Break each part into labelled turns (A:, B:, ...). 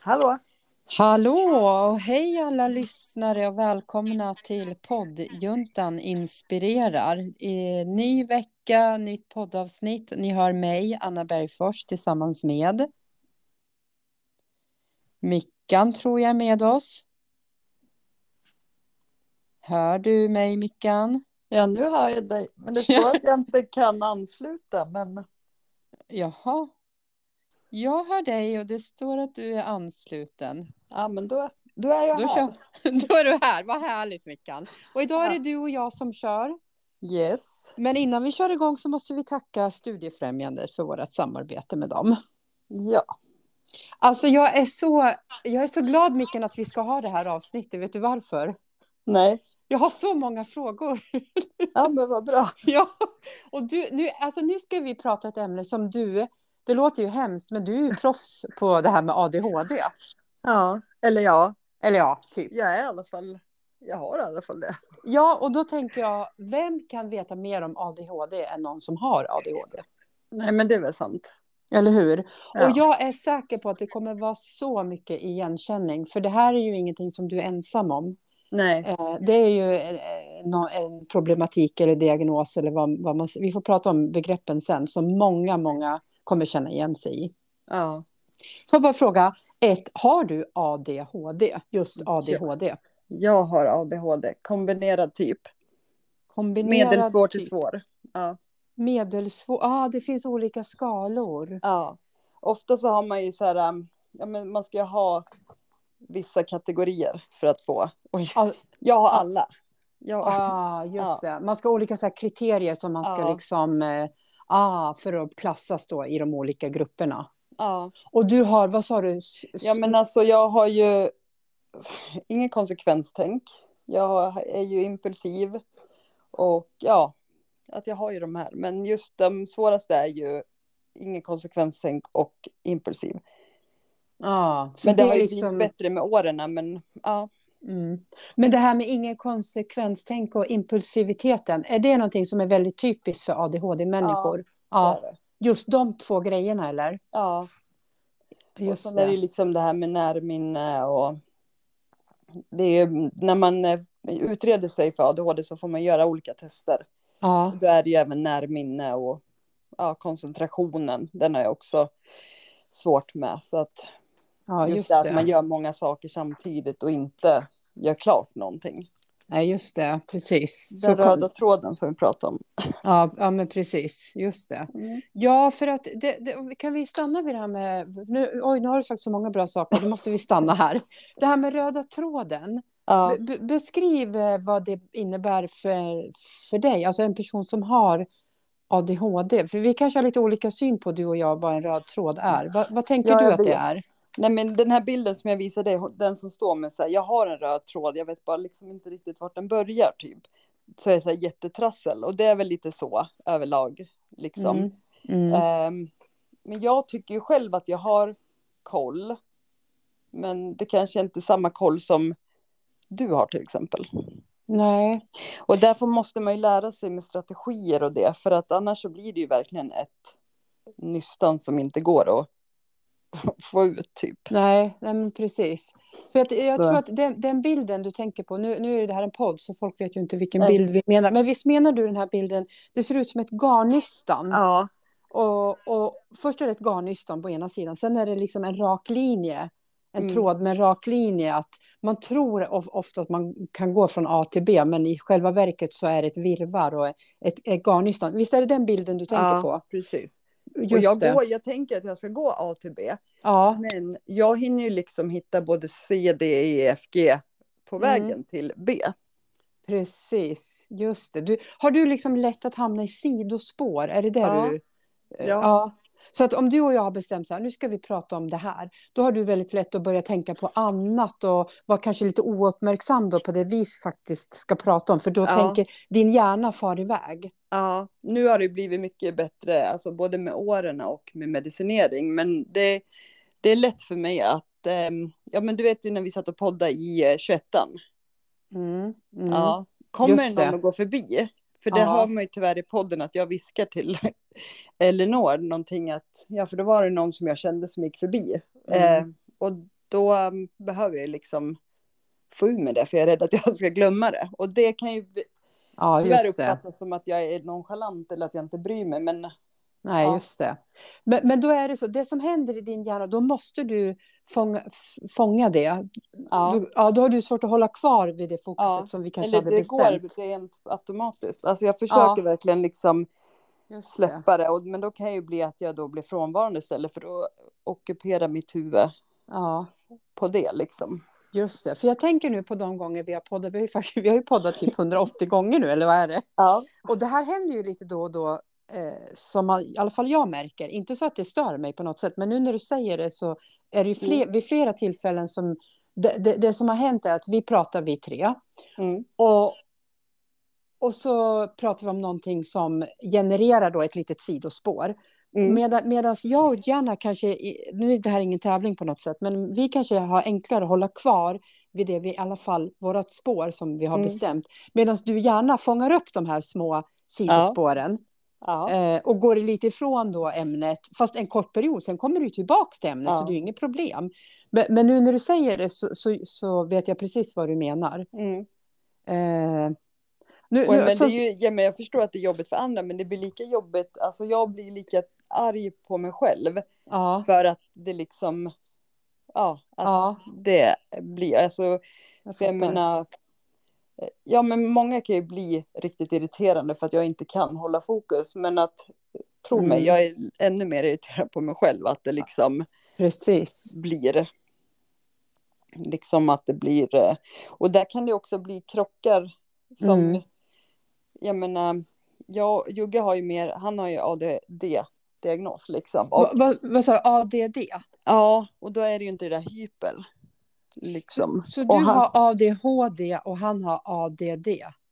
A: Hallå!
B: Hallå och hej alla lyssnare och välkomna till poddjuntan inspirerar. I ny vecka, nytt poddavsnitt. Ni hör mig, Anna Bergfors, tillsammans med Mickan tror jag är med oss. Hör du mig Mickan?
A: Ja, nu hör jag dig. Men det står att jag inte kan ansluta, men
B: Jaha. Jag hör dig och det står att du är ansluten.
A: ja, men då, då är jag
B: Då,
A: här.
B: kör. Då är du här, vad härligt Mickan. Och idag är det
A: Ja.
B: du och jag som kör.
A: Yes.
B: Men innan vi kör igång så måste vi tacka Studiefrämjandet för vårt samarbete med dem.
A: Ja.
B: Alltså jag är så, jag är så glad Mikael att vi ska ha det här avsnittet, vet du varför?
A: Nej.
B: Jag har så många frågor.
A: Ja, men vad bra.
B: ja. Och du, nu, alltså nu ska vi prata ett ämne som du, det låter ju hemskt, men du är ju proffs på det här med ADHD.
A: Ja, eller ja,
B: Eller ja, typ.
A: jag är i alla fall. Jag har i alla fall det.
B: Ja, och då tänker jag, vem kan veta mer om ADHD än någon som har ADHD?
A: Nej, men det är väl sant.
B: Eller hur?
A: Ja.
B: Och jag är säker på att det kommer vara så mycket igenkänning, för det här är ju ingenting som du är ensam om.
A: Nej.
B: Eh, Det är ju eh, nå- en problematik eller diagnos, eller vad, vad man, vi får prata om begreppen sen, som många, många kommer känna igen sig i.
A: Ja.
B: Får jag bara fråga, ett, har du ADHD? Just ADHD?
A: Jag har ADHD, kombinerad typ.
B: Kombinerad
A: Medelsvår till
B: typ.
A: svår. Ja.
B: Medelsvår, ah, det finns olika skalor.
A: Ja, ofta så har man ju så här, um, ja, men man ska ju ha vissa kategorier för att få. Oj.
B: Ja.
A: Jag har alla. Jag,
B: Ah, just det. Man ska ha olika så här kriterier som man ska
A: Ja.
B: liksom, eh, ah, för att klassas då i de olika grupperna.
A: ja.
B: Och du har, vad sa du? S-
A: ja, men alltså jag har ju ingen konsekvenstänk. Jag är ju impulsiv och ja, att jag har ju de här. Men just de svåraste är ju ingen konsekvenstänk och impulsiv.
B: Ja, så
A: Men det,
B: det
A: har
B: är
A: ju
B: liksom...
A: blivit bättre med åren, men ja.
B: Mm. Men det här med ingen konsekvenstänk och impulsiviteten, är det någonting som är väldigt typiskt för ADHD-människor?
A: det
B: Ja,
A: är det.
B: just de två grejerna eller?
A: ja. och
B: Just
A: sen är det ju
B: det.
A: liksom det här med närminne och det är ju, när man eh, utreder sig för ADHD så får man göra olika tester.
B: Ja.
A: Då är det ju även närminne och ja, koncentrationen. Den har jag också svårt med. Så att
B: ja,
A: just,
B: just
A: det att man
B: det.
A: gör många saker samtidigt och inte gör klart någonting.
B: Ja, just det, precis. Så
A: Den
B: kom...
A: röda tråden som vi pratade om.
B: ja, ja, men precis, just det. Ja, för att det, det, kan vi stanna vid det här med, nu, oj, nu har du sagt så många bra saker, då måste vi stanna här. Det här med röda tråden,
A: Ja,
B: Be- be- Beskriv eh, vad det innebär för, för dig, alltså en person som har ADHD. För vi kanske har lite olika syn på du och jag vad en röd tråd är. Vad, vad tänker
A: Ja,
B: du
A: jag
B: att det
A: vet.
B: är?
A: nej men den här bilden som jag visade, dig, den som står med så här, jag har en röd tråd, jag vet bara liksom inte riktigt vart den börjar typ. Så är det så här jättetrassel och det är väl lite så överlag liksom.
B: Mm. Mm.
A: Ehm, men jag tycker ju själv att jag har koll. Men det kanske inte är samma koll som du har till exempel.
B: Nej.
A: Och därför måste man ju lära sig med strategier och det, för att annars så blir det ju verkligen ett nystan som inte går att få ut typ.
B: Nej, nej, men precis. För att, jag
A: Så.
B: tror att den, den bilden du tänker på, nu, nu är det här en podd så folk vet ju inte vilken
A: Nej.
B: bild vi menar. Men visst menar du den här bilden, det ser ut som ett garnnystan.
A: Ja,
B: Och, och först är det ett garnnystan på ena sidan, sen är det liksom en rak linje. En
A: Mm.
B: tråd med en rak linje. Att man tror of- ofta att man kan gå från A till B, men i själva verket så är det ett virrvarr och ett, ett garnnystan. Visst är det den bilden du tänker
A: Ja.
B: på?
A: precis.
B: Just
A: Och jag,
B: det.
A: går, jag tänker att jag ska gå A till B,
B: Ja,
A: men jag hinner ju liksom hitta både C, D, E, F, G på
B: Mm.
A: vägen till B.
B: precis. Just det. Du, har du liksom lätt att hamna i sidospår? Är det det
A: Ja.
B: du... eh,
A: Ja.
B: Så att om du och jag har bestämt så här, nu ska vi prata om det här, då har du väldigt lätt att börja tänka på annat och vara kanske lite ouppmärksam då på det vi faktiskt ska prata om, för då
A: Ja.
B: tänker din hjärna far iväg.
A: Ja, nu har det blivit mycket bättre, alltså både med åren och med medicinering. Men det, det är lätt för mig att, ehm, ja men du vet ju när vi satt och poddade i eh, 21an.
B: Mm, mm.
A: Ja, kommer
B: Just
A: det någon
B: det.
A: att gå förbi? För det
B: Ja.
A: har man ju tyvärr i podden att jag viskar till Elinor någonting att, ja för då var det någon som jag kände som gick förbi.
B: Mm.
A: Eh, och då um, behöver jag liksom få ur mig det, för jag är rädd att jag ska glömma det. Och det kan ju
B: Ja,
A: tyvärr
B: just det.
A: uppfattas som att jag är nonchalant eller att jag inte bryr mig, men
B: Nej,
A: Ja.
B: just det. Men, men då är det så, det som händer i din hjärna, då måste du fånga, f- fånga det.
A: ja.
B: Då, ja, då har du svårt att hålla kvar vid det fokuset
A: Ja,
B: som vi kanske
A: Eller
B: hade
A: det
B: bestämt.
A: går rent automatiskt. Alltså jag försöker
B: Ja.
A: verkligen liksom
B: Just det.
A: släppa det, och, men då kan det ju bli att jag då blir frånvarande istället för att ockupera mitt huvud
B: Ja,
A: på det liksom.
B: just det. För jag tänker nu på de gånger vi har poddat, vi har ju, faktiskt, vi har ju poddat typ 180 gånger nu, eller vad är det?
A: Ja.
B: Och det här händer ju lite då och då, eh, som man, i alla fall jag märker. Inte så att det stör mig på något sätt, men nu när du säger det så är det ju fler,
A: Mm.
B: vid flera tillfällen som... Det, det, det som har hänt är att vi pratar vi tre.
A: Mm.
B: Och, och så pratar vi om någonting som genererar då ett litet sidospår.
A: Mm.
B: Medan medans jag och Gianna kanske, i- nu är det här ingen tävling på något sätt, men vi kanske har enklare att hålla kvar vid det vi i alla fall, vårat spår som vi har
A: Mm.
B: bestämt. Medan du gärna fångar upp de här små sidospåren
A: Ja.
B: eh, och går lite ifrån då ämnet, fast en kort period, sen kommer du tillbaka till ämnet,
A: Ja.
B: så det är ju inget problem. Men, men nu när du säger det så, så, så vet jag precis vad du menar.
A: Mm.
B: Eh, nu,
A: Och,
B: nu,
A: men det är
B: så-
A: ju, ja, men jag förstår att det är jobbigt för andra, men det blir lika jobbigt, alltså jag blir lika arg på mig själv
B: ja,
A: för att det liksom, ja, att
B: ja,
A: det blir, alltså
B: jag
A: För jag
B: fattar.
A: menar, eh, ja men många kan ju bli riktigt irriterande för att jag inte kan hålla fokus. Men att, tro
B: Mm.
A: mig, jag är ännu mer irriterad på mig själv. Att det liksom
B: Precis.
A: blir, liksom att det blir, eh, och där kan det också bli krockar som,
B: Mm.
A: jag menar, jag, Jugge har ju mer, han har ju ADD-diagnos liksom. Och,
B: Vad va, vad sa du, ADD?
A: ja, och då är det ju inte det där hyper, liksom.
B: Så
A: Och
B: du
A: han-
B: har ADHD och han har ADD?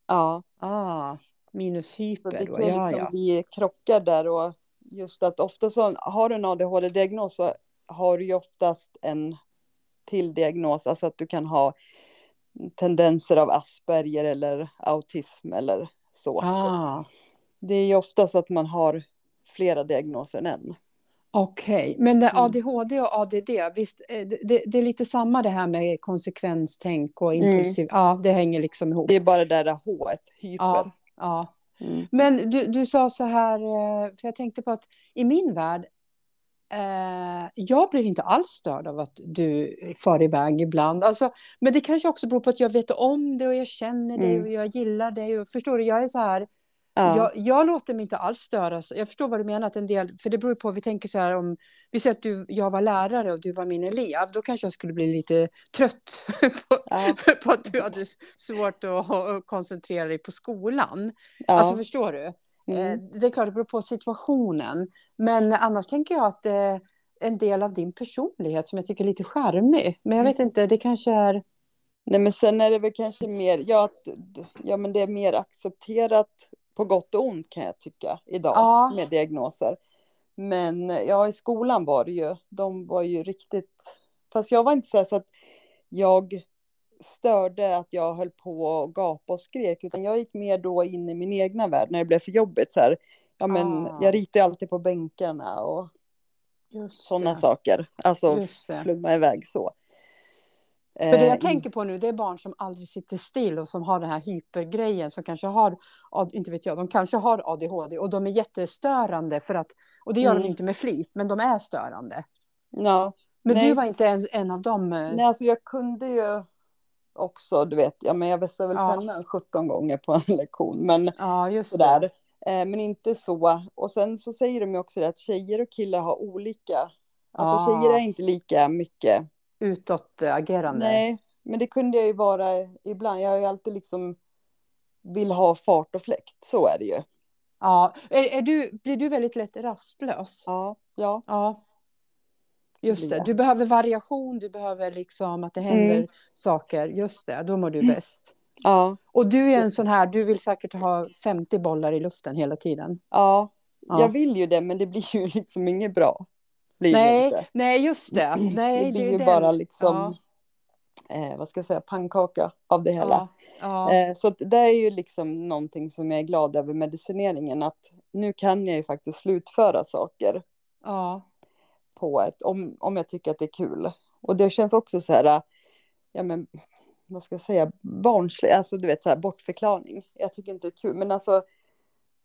A: Ja.
B: Ah, minus
A: Så
B: hyper
A: det
B: då,
A: kan ju
B: ja
A: liksom
B: ja.
A: bli krockar där och just att ofta så har du en ADHD-diagnos så har du ju oftast en till diagnos, alltså att du kan ha tendenser av Asperger eller autism eller så.
B: Ah,
A: Det är ju oftast att man har flera diagnoser än en.
B: Okej, men det-
A: Mm.
B: ADHD och ADD, visst, eh, det- det, det är lite samma det här med konsekvenstänk och
A: Mm.
B: impulsiv, ja det hänger liksom ihop.
A: Det är bara det där H, hyper.
B: Ja, ja.
A: Mm.
B: Men du, du sa så här, eh, för jag tänkte på att i min värld, eh, jag blir inte alls störd av att du far iväg ibland. Alltså, men det kanske också beror på att jag vet om det och jag känner dig
A: Mm.
B: och jag gillar dig. Och, förstår du, jag är så här,
A: Ja.
B: jag, jag låter mig inte alls störas. Jag förstår vad du menar, att en del, för det beror ju på, vi tänker så här om, vi säger att du, jag var lärare och du var min elev, då kanske jag skulle bli lite trött på,
A: Ja.
B: på att du hade svårt att, att koncentrera dig på skolan.
A: Ja.
B: Alltså förstår du?
A: mm.
B: Eh, Det är klart, det beror på situationen. Men annars tänker jag att det är en del av din personlighet som jag tycker är lite charmig. Men jag
A: Mm.
B: vet inte, det kanske är...
A: Nej men sen är det väl kanske mer, ja, att, ja men det är mer accepterat på gott och ont kan jag tycka idag
B: Ja.
A: med diagnoser. Men ja i skolan var det ju, de var ju riktigt, fast jag var inte så, här så att jag störde att jag höll på och gapade och skrek utan jag gick mer då in i min egna värld när det blev för jobbigt så här. Ja men
B: Ah.
A: jag ritar ju alltid på bänkarna och
B: Just
A: sådana
B: det.
A: saker. Alltså
B: Just det.
A: flumma iväg så.
B: För det
A: eh,
B: jag tänker på nu, det är barn som aldrig sitter still och som har den här hypergrejen, som kanske har, ja, inte vet jag, de kanske har ADHD och de är jättestörande för att, och det gör
A: Mm.
B: de inte med flit, men de är störande.
A: Ja.
B: Men
A: Nej.
B: du var inte en, en av dem? eh,
A: Nej, alltså jag kunde ju också, du vet, ja, men jag vässade väl
B: Ja.
A: pennan 17 gånger på en lektion, men
B: Ja, just
A: sådär.
B: det.
A: Eh, men inte så. Och sen så säger de ju också det att tjejer och killar har olika. Alltså
B: Ah.
A: tjejer är inte lika mycket.
B: Utåtagerande.
A: Nej, men det kunde jag ju vara ibland. Jag har ju alltid liksom vill ha fart och fläkt, så är det ju.
B: Ja, är, är du, blir du väldigt lätt rastlös?
A: Ja, ja.
B: Ja. Just det, du behöver variation, du behöver liksom att det händer
A: Mm.
B: saker. Just det, då mår du bäst.
A: ja,
B: Och du är en sån här, du vill säkert ha 50 bollar i luften hela tiden.
A: ja.
B: Ja.
A: Jag vill ju det, men det blir ju liksom inget bra. Blir det
B: Nej,
A: inte.
B: nej just det. Nej,
A: det blir
B: är
A: ju
B: den.
A: bara liksom,
B: Ja.
A: eh, vad ska jag säga, pannkaka av det hela.
B: Ja, ja,
A: Eh, så att det är ju liksom någonting som jag är glad över medicineringen, att nu kan jag ju faktiskt slutföra saker
B: ja,
A: på ett, om, om jag tycker att det är kul. Och det känns också så här, ja men, vad ska jag säga, barnslig, alltså du vet så här bortförklaring. Jag tycker inte det är kul, men alltså,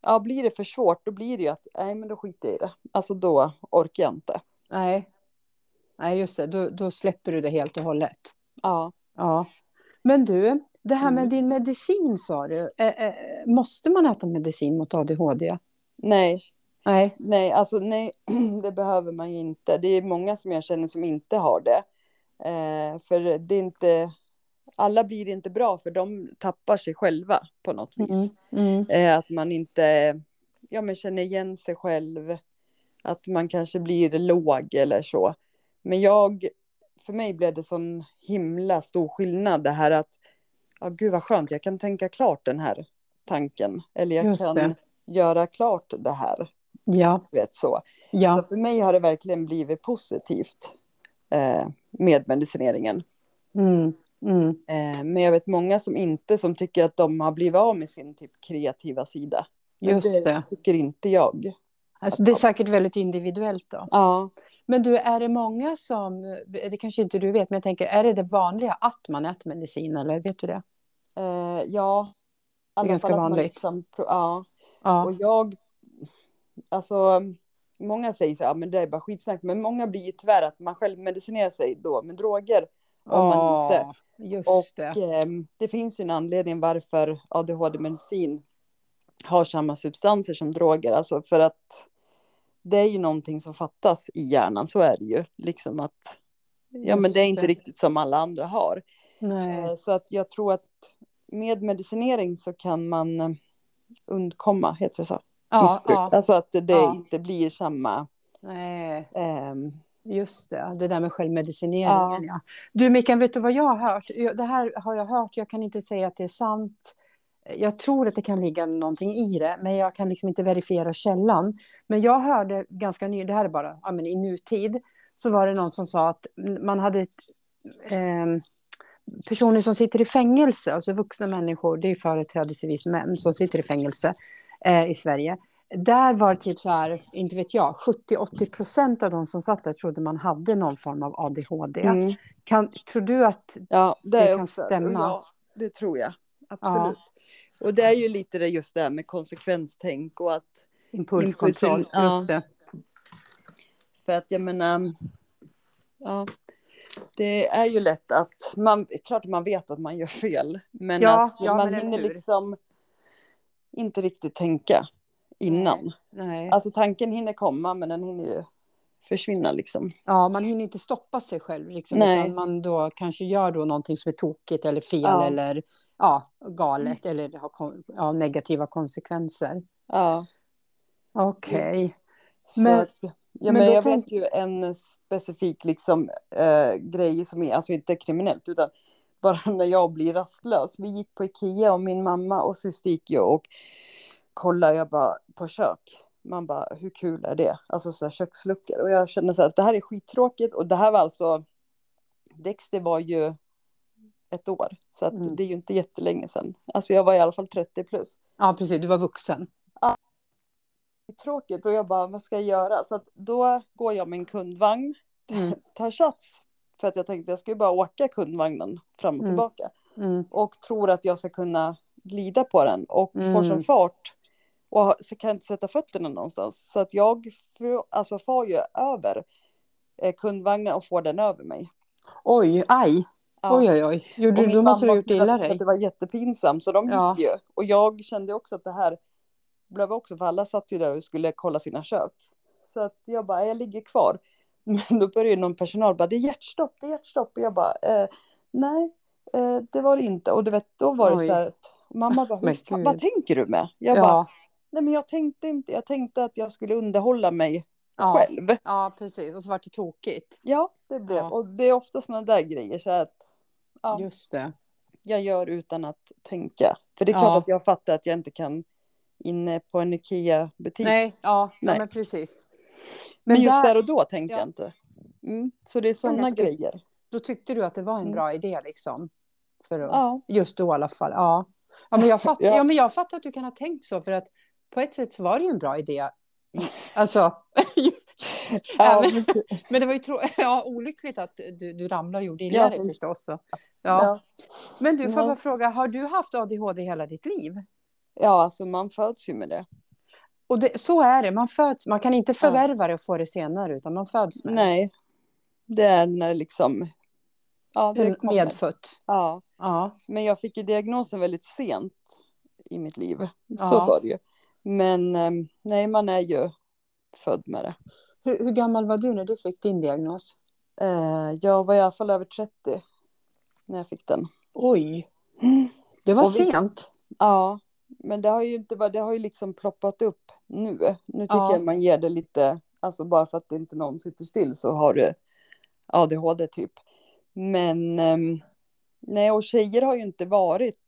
A: ja blir det för svårt då blir det ju att, nej men då skiter jag i det. Alltså då orkar jag inte.
B: Nej. Nej, just det. Då, då släpper du det helt och hållet.
A: Ja.
B: Ja. Men du, det här med
A: Mm.
B: din medicin sa du. Eh, eh, måste man äta medicin mot ADHD?
A: Nej,
B: Nej.
A: Nej, alltså nej, det behöver man ju inte. Det är många som jag känner som inte har det. Eh, för det är inte, alla blir inte bra för de tappar sig själva på något vis.
B: Mm.
A: Eh, att man inte ja, men känner igen sig själv. Att man kanske blir låg eller så. Men jag, för mig blev det sån himla stor skillnad det här att, ja gud vad skönt, jag kan tänka klart den här tanken. Eller jag
B: Just
A: kan
B: det.
A: göra klart det här.
B: Ja,
A: Du vet så. Så
B: ja.
A: för mig har det verkligen blivit positivt eh, med medicineringen.
B: Mm. Mm.
A: Eh, men jag vet många som inte, som tycker att de har blivit av med sin typ kreativa sida. Men
B: Just det.
A: tycker inte jag.
B: Alltså, det är säkert väldigt individuellt då.
A: Ja,
B: Men du, är det många som, det kanske inte du vet, men jag tänker, är det det vanliga att man äter medicin eller vet du det?
A: eh, ja. I alla
B: ganska
A: fall att man
B: vanligt.
A: Liksom, pro- ja.
B: Ja.
A: Och jag, alltså, många säger så här, "Ja, men det är bara skitsnack. Men många blir ju tyvärr att man själv medicinerar sig då med droger. om man
B: Ja, Just det.
A: Och ehm, det finns ju en anledning varför ADHD-medicin har samma substanser som droger. Alltså för att det är ju någonting som fattas i hjärnan, så är det ju. Liksom att, ja men
B: Just
A: det är inte
B: det.
A: riktigt som alla andra har.
B: Nej.
A: Eh, Så att jag tror att med medicinering så kan man eh, undkomma, heter det så?
B: Ja,
A: Missbruk.
B: ja.
A: Alltså att det
B: Ja.
A: inte blir samma...
B: Nej.
A: ehm,
B: Just det, det där med självmedicineringen.
A: Ja.
B: Ja. Du Mikael, vet du vad jag har hört? Jag- Det här har jag hört, jag kan inte säga att det är sant. Jag tror att det kan ligga någonting i det, men jag kan liksom inte verifiera källan. Men jag hörde ganska nyligen, det här är bara ja, men i nutid, så var det någon som sa att man hade ehm, personer som sitter i fängelse, alltså vuxna människor, det är företrädesvis män som sitter i fängelse eh, i Sverige. Där var typ så här, inte vet jag, 70-80 procent av de som satt där trodde man hade någon form av ADHD.
A: mm.
B: Kan, tror du att,
A: Ja, det,
B: Det
A: är
B: kan
A: också,
B: stämma.
A: Ja, det tror jag. Absolut. Och det är ju lite det just det här med konsekvenstänk och att
B: impulskontroll,
A: Impulskontroll, ja.
B: just det.
A: för att jag menar. Ja, det är ju lätt att man klart man vet att man gör fel, men
B: Ja,
A: att
B: ja,
A: man
B: men eller
A: hinner
B: hur?
A: liksom inte riktigt tänka innan.
B: Nej.
A: Alltså tanken hinner komma, men den hinner ju försvinna liksom.
B: Ja, man hinner inte stoppa sig själv, liksom,
A: Nej.
B: utan man då kanske gör då någonting som är tokigt eller fel
A: Ja. Mm.
B: eller ja, galet eller har kon- ja, negativa konsekvenser.
A: Ja,
B: Okej.
A: så
B: Men-
A: att- ja,
B: men
A: men
B: då
A: jag
B: tänk-
A: vet ju en specifik liksom, eh, grej som är, alltså inte kriminellt, utan bara när jag blir rastlös. Vi gick på Ikea och min mamma och syster gick ju och kollade, jag bara, på kök. Man bara, hur kul är det? Alltså så här köksluckor. Och jag kände så här, att det här är skittråkigt. Och det här var alltså, Dexter var ju ett år. Så att
B: Mm.
A: det är ju inte jättelänge sedan. Alltså jag var i alla fall 30 plus
B: Ja, precis. Du var vuxen.
A: tråkigt och jag bara, vad ska jag göra? Så att då går jag med en kundvagn,
B: Mm.
A: tar sats. För att jag tänkte jag ska ju bara åka kundvagnen fram och
B: Mm.
A: tillbaka.
B: Mm.
A: Och tror att jag ska kunna glida på den och
B: Mm.
A: får sån fart. Och har- så kan jag inte sätta fötterna någonstans. Så att jag får, alltså, får ju över eh, kundvagnen och får den över mig.
B: Oj, aj.
A: Ja.
B: Oj, oj, oj.
A: Och
B: Gjorde,
A: min
B: du- då måste du
A: mamma
B: ha gjort
A: tyckte
B: illa
A: att-
B: dig.
A: Att det var jättepinsamt, så de gick
B: Ja.
A: ju. Och jag kände också att det här blev också, för alla satt ju där och skulle kolla sina kök. Så att jag bara, jag ligger kvar. Men då började ju någon personal bara, det är hjärtstopp, det är hjärtstopp. Och jag bara, eh, nej, eh, det var det inte. Och du vet, då var det
B: Oj.
A: så här att mamma bara,
B: Men
A: "Hur fan,
B: gud."
A: vad tänker du med? Jag bara,
B: Ja,
A: nej men jag tänkte inte, jag tänkte att jag skulle underhålla mig
B: ja.
A: själv.
B: ja, precis. Och så vart det tokigt.
A: Ja, det blev,
B: Ja.
A: och det är ofta sådana där grejer så att, ja
B: Just det.
A: jag gör utan att tänka. För det är
B: Ja.
A: klart att jag fattar att jag inte kan inne på en IKEA-butik. Men,
B: Nej, ja, ja
A: Typ. Nej.
B: men precis.
A: just
B: där-
A: där och då tänkte
B: Ja.
A: jag inte. Mm. Så det är
B: Så
A: sådana
B: häftigt.
A: grejer.
B: Då tyckte du att det var en
A: Mm.
B: bra idé liksom. För att...
A: Ja.
B: Just då i alla fall, ja. Ja men, jag fatt, ja.
A: Ja.
B: men jag fattar att du kan ha tänkt så, för att på ett sätt så var det ju en bra idé. Alltså, Ja,
A: Ja, men- typ-
B: Men det var ju trå- ja, olyckligt att du, du ramlade och gjorde illa
A: Ja.
B: dig förstås. Så. Ja.
A: ja.
B: Men du, får
A: Ja.
B: jag bara fråga, har du haft ADHD hela ditt liv?
A: ja, alltså man föds ju med det.
B: Och det, så är det, man föds, man kan inte förvärva det och få det senare, utan man föds med
A: Nej, det är när liksom... Ja, det
B: det.
A: kommer.
B: Medfött.
A: Ja.
B: Ja.
A: Men jag fick ju diagnosen väldigt sent i mitt liv.
B: Ja.
A: Så var det ju. Men ehm, nej, man är ju född med det.
B: Hur, hur gammal var du när du fick din diagnos?
A: Eh, Jag var i alla fall över 30 när jag fick den.
B: Oj, det var
A: Och vi-
B: sent.
A: Ja, men det har ju inte varit, det har ju liksom ploppat upp nu. Nu tycker
B: Ja.
A: jag man ger det lite, alltså bara för att det inte någon sitter still så har du ADHD typ. Men ehm, nej, och tjejer har ju inte varit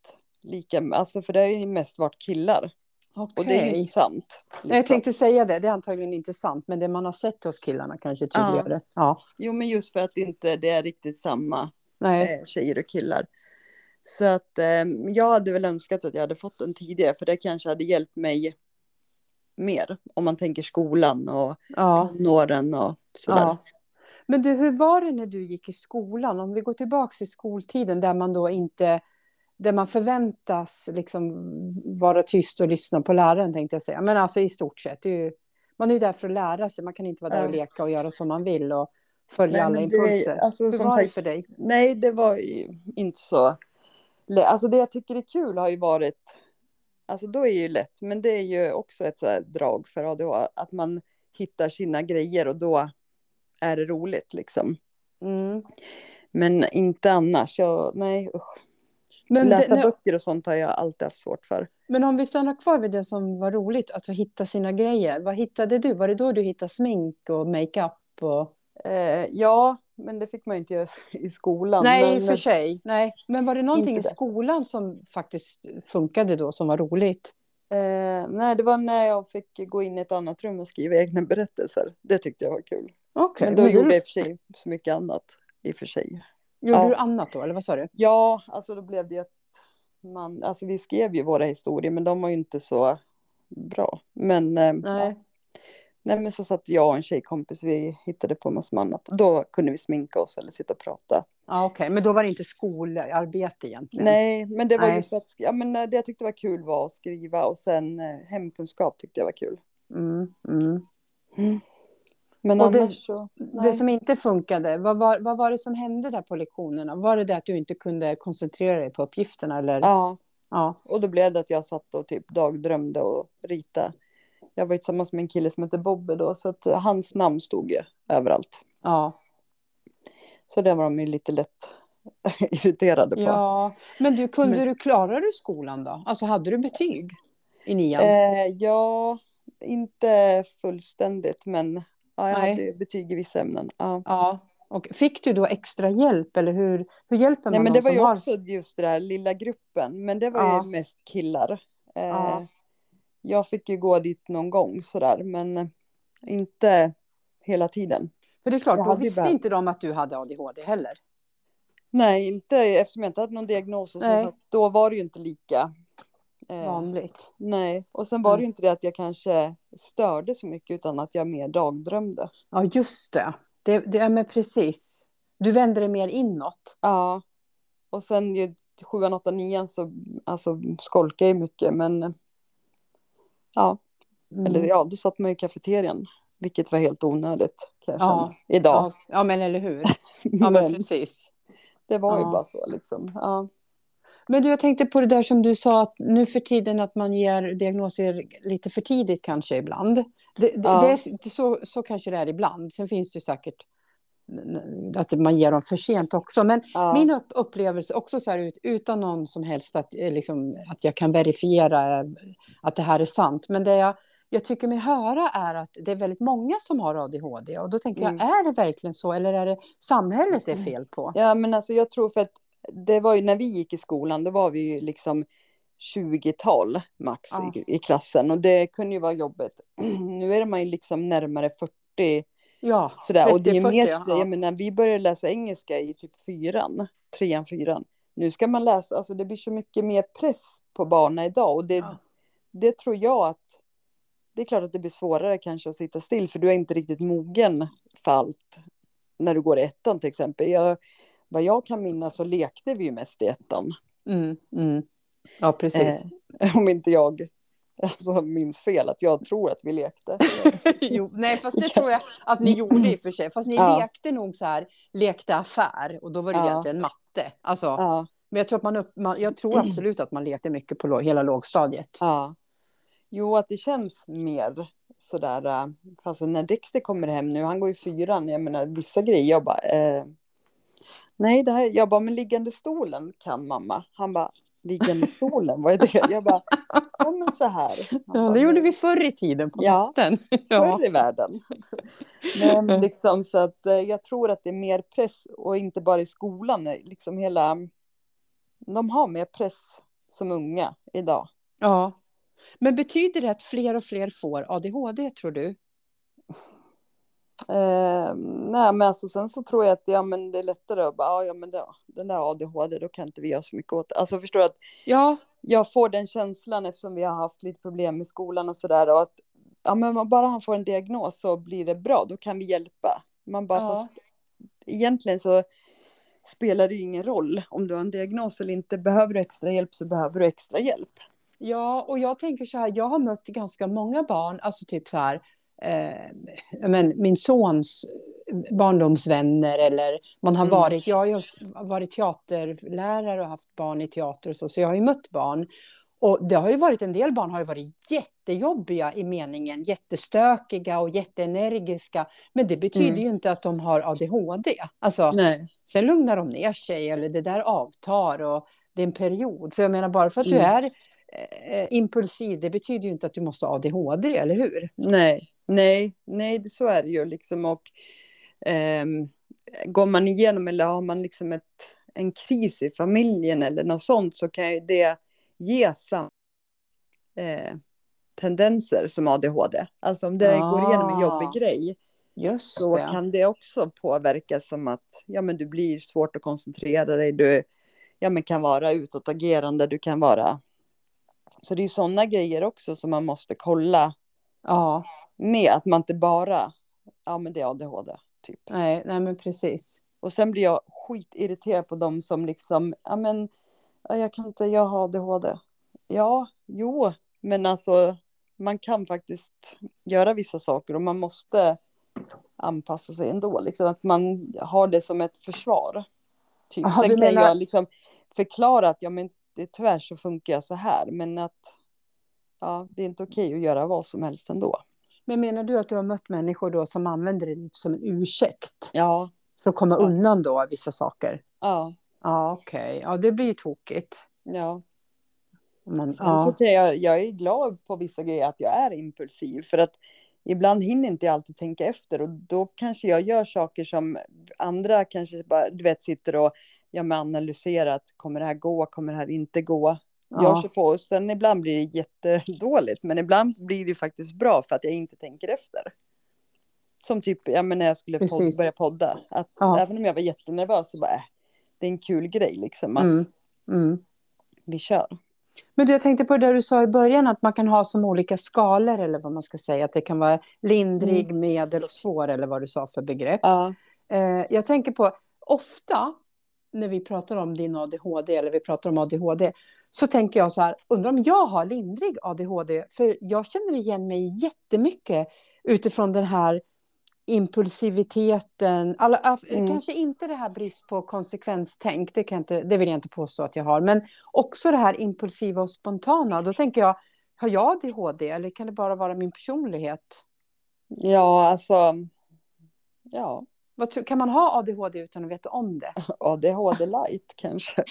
A: lika, alltså för det har ju mest varit killar.
B: Okej.
A: Och det är ju intressant.
B: Nej, Jag
A: liksom.
B: tänkte säga det, det är antagligen inte sant, men det man har sett hos killarna kanske
A: Ja.
B: tydligare. Ja. ja.
A: Jo, men just för att inte det är riktigt samma
B: Nej.
A: eh, tjejer och killar. Så att eh, jag hade väl önskat att jag hade fått den tidigare, för det kanske hade hjälpt mig mer. Om man tänker skolan och
B: Ja.
A: tonåren och sådär.
B: Ja. Men du, hur var det när du gick i skolan? Om vi går tillbaka till skoltiden där man då inte, där man förväntas liksom vara tyst och lyssna på läraren tänkte jag säga. Men alltså i stort sett, det är ju, man är ju där för att lära sig, man kan inte vara där och
A: Ja.
B: leka och göra som man vill och följa alla
A: men det-
B: impulser.
A: alltså,
B: hur
A: som
B: var det
A: sagt,
B: för dig?
A: nej, det var ju inte så. lä- Alltså det jag tycker är kul har ju varit, alltså då är ju lätt, men det är ju också ett så här drag för ADHD, att man hittar sina grejer och då är det roligt liksom.
B: Mm.
A: Men inte annars. Jag, nej, usch.
B: Men, det,
A: Läsa
B: när-
A: böcker och sånt har jag alltid haft svårt för.
B: men om vi stannar kvar vid det som var roligt, alltså hitta sina grejer. Vad hittade du? Var det då du hittade smink och makeup? Och...
A: Eh, ja, men det fick man ju inte göra i skolan.
B: Nej, i och
A: men,
B: för sig. Nej. Men var det någonting i
A: Inte det.
B: skolan som faktiskt funkade då, som var roligt?
A: eh, nej, det var när jag fick gå in i ett annat rum och skriva egna berättelser. Det tyckte jag var kul.
B: Okej,
A: men då
B: men
A: gjorde jag
B: du,
A: i och för sig så mycket annat. I och för sig.
B: gjorde
A: ja.
B: du annat då, eller vad sa du?
A: Ja, alltså då blev det ju att man, alltså vi skrev ju våra historier, men de var ju inte så bra. Men, eh, ja.
B: Nej.
A: nej, men så satt jag och en tjejkompis, vi hittade på massor med annat. Då kunde vi sminka oss eller sitta och prata.
B: Ja, Okej, men då var det inte skolarbete egentligen?
A: Nej, men det var
B: Nej.
A: ju för att, ja, men eh, det jag tyckte var kul var att skriva och sen eh, hemkunskap tyckte jag var kul.
B: Mm, mm.
A: Men
B: Och det-
A: annars så, nej.
B: Det som inte funkade, vad var, vad var det som hände där på lektionerna? Var det det att du inte kunde koncentrera dig på uppgifterna? Eller?
A: Ja,
B: Ja.
A: och då blev det att jag satt och typ dagdrömde och rita. Jag var ju tillsammans med en kille som hette Bobbe då, så att eh, hans namn stod ju överallt.
B: ja.
A: Så det var de ju lite lätt irriterade på.
B: Ja, men du, kunde
A: Men-
B: du klara du skolan då? Alltså hade du betyg i nian?
A: Eh, ja, inte fullständigt, men ja, jag
B: Nej.
A: hade ju betyg i vissa ämnen. Ja.
B: Ja. Och fick du då extra hjälp eller hur, hur hjälper man
A: Nej, men det
B: någon
A: var
B: som
A: ju
B: har...
A: också just den här lilla gruppen, men det var
B: Ja.
A: ju mest killar. Eh,
B: Ja.
A: Jag fick ju gå dit någon gång sådär, men inte hela tiden.
B: För det är klart,
A: Jag
B: då
A: hade ju
B: visste
A: behövt-
B: inte de att du hade ADHD heller.
A: Nej, inte eftersom jag inte hade någon diagnos. Och
B: Nej.
A: så, så då var det ju inte lika. Eh,
B: Vanligt. Mm.
A: Nej, och sen var det
B: Nej.
A: ju inte det att jag kanske störde så mycket utan att jag mer dagdrömde.
B: Ja, just det. Det, det är men precis. Du vänder dig mer inåt.
A: Ja, och sen ju sjuan, åttan, nian så alltså, skolkade jag ju mycket, men ja,
B: Mm.
A: eller ja, då satt man ju i kafeterian, vilket var helt onödigt kan jag
B: Ja,
A: känna idag.
B: ja. ja, men eller hur. Ja,
A: men,
B: men precis.
A: det var ju
B: ja.
A: bara så liksom. Ja.
B: Men du, jag tänkte på det där som du sa, att nu för tiden att man ger diagnoser lite för tidigt kanske ibland. Det, det,
A: Ja.
B: det är, det, så, så kanske det är ibland. Sen finns det ju säkert n- n- att man ger dem för sent också. Men
A: Ja.
B: min upp, upplevelse, också så här ut, utan någon som helst att, eh, liksom, att jag kan verifiera eh, att det här är sant. Men det jag, jag tycker mig höra är att det är väldigt många som har ADHD. Och då tänker jag,
A: Mm.
B: är det verkligen så? Eller är det samhället det är fel på?
A: ja, men alltså jag tror för att det var ju när vi gick i skolan, då var vi ju liksom 20-tal max
B: Ja.
A: i, i klassen och det kunde ju vara jobbigt. nu är man ju liksom närmare 40
B: Ja,
A: Sådär. och det är ju
B: 30-40,
A: mer,
B: ja.
A: jag menar, vi började läsa engelska i typ fyran, trean, fyran. Nu ska man läsa, alltså det blir så mycket mer press på barnen idag och det,
B: Ja.
A: det tror jag att det är klart att det blir svårare kanske att sitta still, för du är inte riktigt mogen för allt. När du går i ettan till exempel. Jag, vad jag kan minnas så lekte vi ju mest i ettan. Eh,
B: Mm, mm. Ja, precis.
A: Om inte jag alltså, minns fel, att jag tror att vi lekte.
B: jo, nej, fast det tror jag att ni gjorde i och för sig. Fast ni
A: Ja.
B: lekte nog så här, lekte affär och då var det
A: Ja.
B: egentligen matte. Alltså,
A: Ja,
B: Men jag tror, att man upp, man, jag tror absolut att man lekte mycket på lo, hela lågstadiet.
A: ja. Jo, att det känns mer sådär. äh, Fast när Dexter kommer hem nu, han går i fyran, jag menar vissa grejer, jag bara. Eh, nej, det här, jag bara, men liggande stolen kan mamma. Han bara, liggande stolen, vad är det? Jag bara, ja men så här. Han
B: Ja,
A: bara,
B: det gjorde vi förr i tiden på
A: Ja.
B: natten. Ja.
A: förr i världen. Men liksom så att eh, jag tror att det är mer press och inte bara i skolan, liksom hela. De har mer press som unga idag.
B: ja. Men betyder det att fler och fler får ADHD, tror du?
A: Eh, nej, men alltså sen så tror jag att ja, men det är lättare att bara, "Ah, ja, men då, den där ADHD, då kan inte vi göra så mycket åt det. Alltså förstår du att
B: Ja,
A: jag får den känslan eftersom vi har haft lite problem i skolan och sådär och att ja, men om bara han får en diagnos så blir det bra, då kan vi hjälpa. Man bara,
B: Ja.
A: fast egentligen så spelar det ju ingen roll om du har en diagnos eller inte. Behöver du extra hjälp så behöver du extra hjälp.
B: Ja, och jag tänker så här, jag har mött ganska många barn, alltså typ så här, eh, ja, men min sons eh, barndomsvänner eller man har
A: Mm.
B: varit, jag har ju varit teaterlärare och haft barn i teater och så, så jag har ju mött barn. Och det har ju varit, en del barn har ju varit jättejobbiga i meningen, jättestökiga och jätteenergiska, men det betyder
A: Mm.
B: ju inte att de har ADHD. Alltså,
A: Nej.
B: Sen lugnar de ner sig eller det där avtar och det är en period. För jag menar bara för att du
A: Mm.
B: är eh, impulsiv, det betyder ju inte att du måste ha ADHD, eller hur?
A: Nej, nej, nej, det- så är det ju liksom och ehm, går man igenom eller har man liksom ett, en kris i familjen eller något sånt så kan ju det ge samma eh, tendenser som ADHD. Alltså om det
B: Ah.
A: går igenom en jobbig grej
B: Just
A: så kan det också påverka som att ja, men du blir svårt att koncentrera dig, du ja, men kan vara utåtagerande, du kan vara... Så det är sådana grejer också som man måste kolla
B: Ja,
A: med att man inte bara, ja men det är ADHD. Typ.
B: nej, nej men precis.
A: Och sen blir jag skitirriterad på dem som liksom, ja men ja, jag kan inte, jag har ADHD. Ja, jo, men alltså man kan faktiskt göra vissa saker och man måste anpassa sig ändå, liksom att man har det som ett försvar. Typ.
B: Jaha,
A: sen
B: du
A: kan
B: menar-
A: jag liksom förklara att ja men det, tyvärr så funkar jag så här, men att ja, det är inte okej att göra vad som helst ändå.
B: Men menar du att du har mött människor då som använder det som en ursäkt
A: Ja,
B: för att komma
A: Ja.
B: undan då vissa saker?
A: ja,
B: Ja, okej. Ja, det blir ju tokigt.
A: ja.
B: Om Man,
A: Sen så
B: ja.
A: kan jag, jag är glad på vissa grejer att jag är impulsiv för att ibland hinner inte jag alltid tänka efter och då kanske jag gör saker som andra kanske bara, du vet, sitter och ja, men analyserar att kommer det här gå, kommer det här inte gå. Jag
B: Ja.
A: kör på och sen ibland blir det jättedåligt men ibland blir det ju faktiskt bra för att jag inte tänker efter. Som typ ja, men när jag skulle pod-
B: Precis.
A: börja podda, att
B: Ja.
A: även om jag var jättenervös så bara äh, det är en kul grej liksom att
B: Mm. Mm.
A: vi kör.
B: Men du, jag tänkte på det där du sa i början, att man kan ha som olika skalor eller vad man ska säga, att det kan vara lindrig, medel och svår eller vad du sa för begrepp.
A: Ja,
B: Eh, jag tänker på, ofta när vi pratar om din ADHD eller vi pratar om ADHD, så tänker jag så här, undrar om jag har lindrig ADHD? För jag känner igen mig jättemycket utifrån den här impulsiviteten, alla, äh,
A: Mm.
B: kanske inte det här brist på konsekvenstänk, det, kan jag inte, det vill jag inte påstå att jag har, men också det här impulsiva och spontana. Då tänker jag, har jag ADHD eller kan det bara vara min personlighet?
A: ja alltså ja.
B: Vad, tror- kan man ha ADHD utan att veta om det?
A: ADHD light kanske.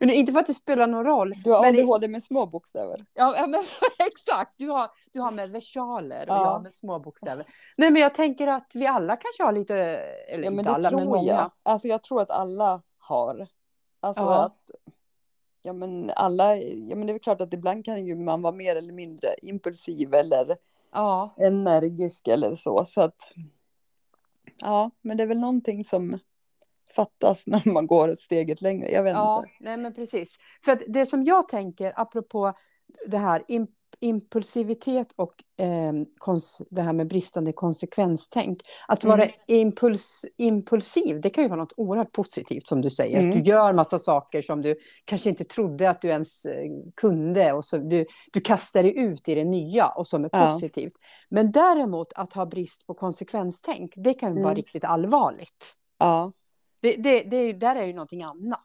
B: Men inte för att det spelar någon roll.
A: Du har
B: Men det-
A: ADHD med små bokstäver.
B: Ja, ja, men, exakt, du har, du har med versaler och
A: Ja.
B: jag har med små bokstäver. Nej, men jag tänker att vi alla kanske har lite, eller
A: Ja, men
B: inte
A: det
B: alla, men
A: tror
B: många.
A: jag. Alltså jag tror att alla har. Alltså
B: Ja.
A: att, ja men alla, ja men det är väl klart att ibland kan ju man vara mer eller mindre impulsiv eller
B: Ja,
A: energisk eller så. Så att, ja men det är väl någonting som fattas när man går steget längre. Jag vet
B: ja
A: inte.
B: nej, men precis. För att det som jag tänker, apropå det här im- impulsivitet och eh, kons- det här med bristande konsekvenstänk. Att vara
A: Mm.
B: impuls- impulsiv, det kan ju vara något oerhört positivt som du säger.
A: Mm.
B: Att du gör massa saker som du kanske inte trodde att du ens eh, kunde. Och så, du, du kastar dig ut i det nya och som är
A: Ja.
B: positivt. Men däremot att ha brist på konsekvenstänk, det kan ju
A: Mm.
B: vara riktigt allvarligt.
A: Ja.
B: Det, det, det är ju, där är ju någonting annat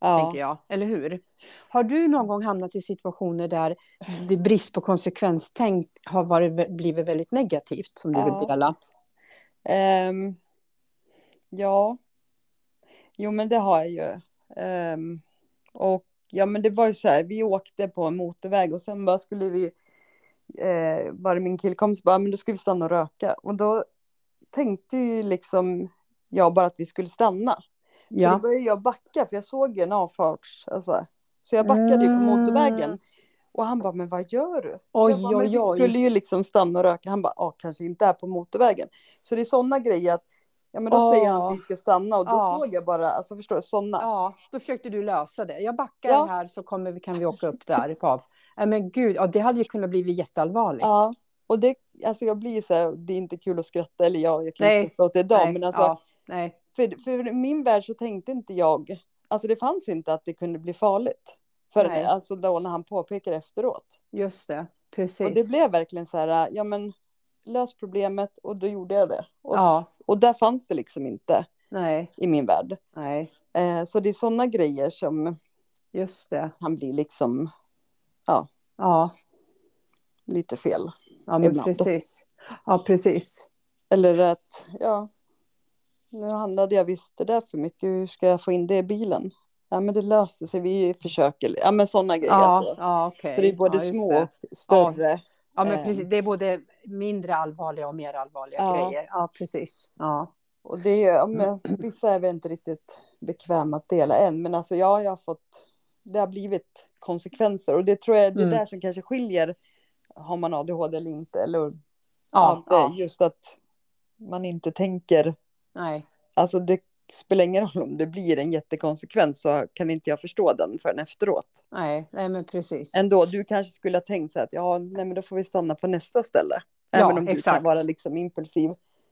A: ja.
B: tänker jag, eller hur? Har du någon gång hamnat i situationer där det brist på konsekvenstänk har varit, blivit väldigt negativt som du
A: Ja.
B: vill dela?
A: Ehm, ja. Jo, men det har jag ju. Ehm, och ja, men det var ju så här, vi åkte på en motorväg och sen bara skulle vi, eh, bara min killkompis bara, men då skulle vi stanna och röka. Och då tänkte ju liksom jag bara att vi skulle stanna. Så då
B: Ja.
A: började jag backa, för jag såg ju en avfarts, alltså. Så jag backade ju på motorvägen.
B: Mm.
A: Och han bara, men vad gör du?
B: Oj,
A: jag bara, men
B: oj, oj.
A: Vi skulle ju liksom stanna och röka. Han bara, ja, kanske inte här på motorvägen. Så det är sådana grejer att, ja men då
B: Ja.
A: säger han att vi ska stanna och då
B: Ja.
A: såg jag bara, alltså förstår du, sådana.
B: ja, då försökte du lösa det. Jag backar
A: Ja.
B: här så kommer vi, kan vi åka upp där på av. Nej, Men gud, ja, det hade ju kunnat bli jätteallvarligt.
A: Ja. Och det, alltså jag blir så här, det är inte kul att skratta, eller jag, jag kan
B: Nej.
A: inte skratta åt det idag, men alltså,
B: ja, nej.
A: för, för i min värld så tänkte inte jag, alltså det fanns inte att det kunde bli farligt. För
B: Nej.
A: alltså då när han påpekar efteråt.
B: just det. Precis.
A: Och det blev verkligen så här, ja men lös problemet och då gjorde jag det. Och,
B: Ja,
A: och där fanns det liksom inte
B: nej,
A: i min värld.
B: nej,
A: Eh, så det är sådana grejer som
B: just det.
A: han blir liksom
B: Ja,
A: lite fel.
B: ja men
A: Ibland.
B: precis. Ja, precis.
A: Eller att, ja, nu handlade jag visst det där för mycket, hur ska jag få in det i bilen? Ja men det löser sig, vi försöker. Ja men sådana grejer.
B: Ja,
A: alltså.
B: ja, okej.
A: Så det är både
B: ja, just
A: små
B: det.
A: och större.
B: Ja, men
A: Eh.
B: precis. Det är både mindre allvarliga och mer allvarliga
A: Ja.
B: grejer. Ja, precis. Ja.
A: Och det är, ju- ja,
B: Mm.
A: men, vissa är väl inte riktigt bekväma att dela än, men alltså ja, jag har fått, det har blivit konsekvenser och det tror jag det är
B: Mm.
A: där som kanske skiljer, har man ADHD eller inte, eller
B: Ja,
A: ja,
B: ja.
A: det, just att man inte tänker,
B: Nej.
A: alltså det spelar ingen roll om det blir en jättekonsekvens så kan inte jag förstå den förrän efteråt.
B: Nej. nej, men precis.
A: Ändå, du kanske skulle ha tänkt så här att ja, nej men då får vi stanna på nästa ställe.
B: Ja,
A: Även om du
B: exakt.
A: kan vara liksom impulsiv.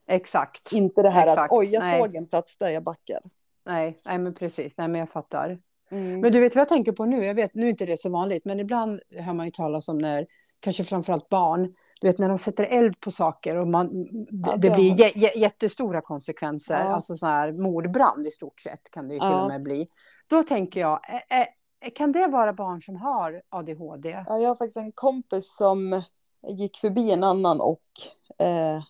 B: Exakt.
A: Inte det här
B: Exakt,
A: att oj, jag
B: nej.
A: såg en plats där jag backar.
B: Nej, nej, men precis. Nej, men jag fattar.
A: Mm.
B: Men du vet vad jag tänker på nu? Jag vet, nu är inte det så vanligt, men ibland hör man ju talas om när, kanske framförallt barn, du vet när de sätter eld på saker och man,
A: Ja,
B: det
A: det
B: blir
A: har-
B: jä, jä, jättestora konsekvenser,
A: Ja.
B: alltså så här mordbrand i stort sett kan det ju till
A: Ja.
B: och med bli. Då tänker jag, eh, eh, kan det vara barn som har ADHD?
A: Ja, jag har faktiskt en kompis som gick förbi en annan och eh,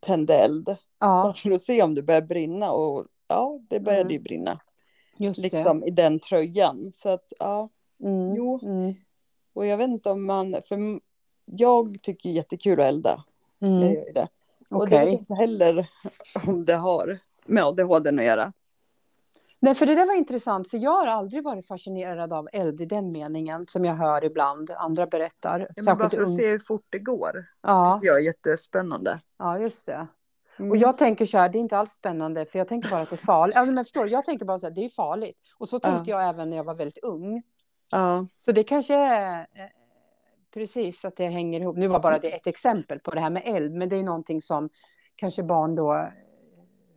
A: tände eld. Bara
B: Ja,
A: för att se om det började brinna och ja, det började
B: Mm.
A: ju brinna.
B: just
A: Liksom i den tröjan. Så att ja,
B: det. Mm.
A: jo. Eh,
B: Mm.
A: och jag vet inte om man, för m- jag tycker jättekul att elda. Jag
B: Mm.
A: gör ju det. Och det
B: Okej.
A: vet jag inte heller om det har med ADHD att göra.
B: Nej, för det där var intressant, för jag har aldrig varit fascinerad av eld i den meningen som jag hör ibland andra berättar.
A: bara
B: Särskilt
A: för att
B: unga.
A: se hur fort det går.
B: Ja,
A: Det är jättespännande.
B: ja, just det. Mm. Och jag tänker så här, det är inte alls spännande, för jag tänker bara att det är farligt. Alltså, men förstår du, jag tänker bara så här, det är farligt. Och så tänkte jag även när jag var väldigt ung.
A: Ja,
B: Så det kanske är eh, precis att det hänger ihop. Nu var bara det ett exempel på det här med eld, men det är någonting som kanske barn då eh,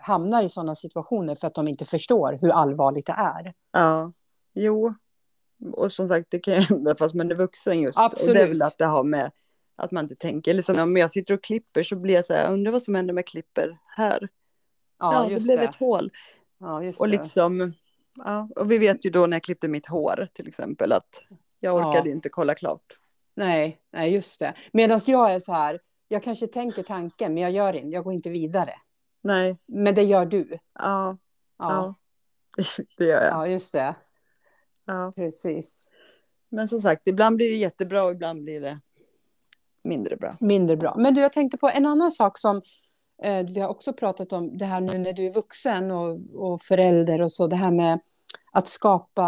B: hamnar i sådana situationer för att de inte förstår hur allvarligt det är.
A: Ja, jo. Och som sagt, det kan ju hända fast man är vuxen just. Och det är
B: Absolut.
A: väl att det har med att man inte tänker. Eller som om jag sitter och klipper så blir jag så här, undrar vad som händer med klipper här. Ja,
B: Ja,
A: det
B: just
A: blev
B: det.
A: ett hål.
B: Ja, just
A: Och
B: det.
A: liksom, ja. Och vi vet ju då när jag klippte mitt hår till exempel att jag
B: Ja.
A: orkade inte kolla klart.
B: Nej, nej, just det. Medan jag är så här, jag kanske tänker tanken, men jag gör inte, jag går inte vidare.
A: Nej,
B: Men det gör du.
A: ja,
B: Ja,
A: ja. Det gör jag.
B: ja just det.
A: Ja.
B: Precis.
A: Men som sagt, ibland blir det jättebra och ibland blir det mindre bra.
B: Mindre bra. Men du, jag tänkte på en annan sak som eh, vi har också pratat om, det här nu när du är vuxen och, och förälder och så, det här med att skapa,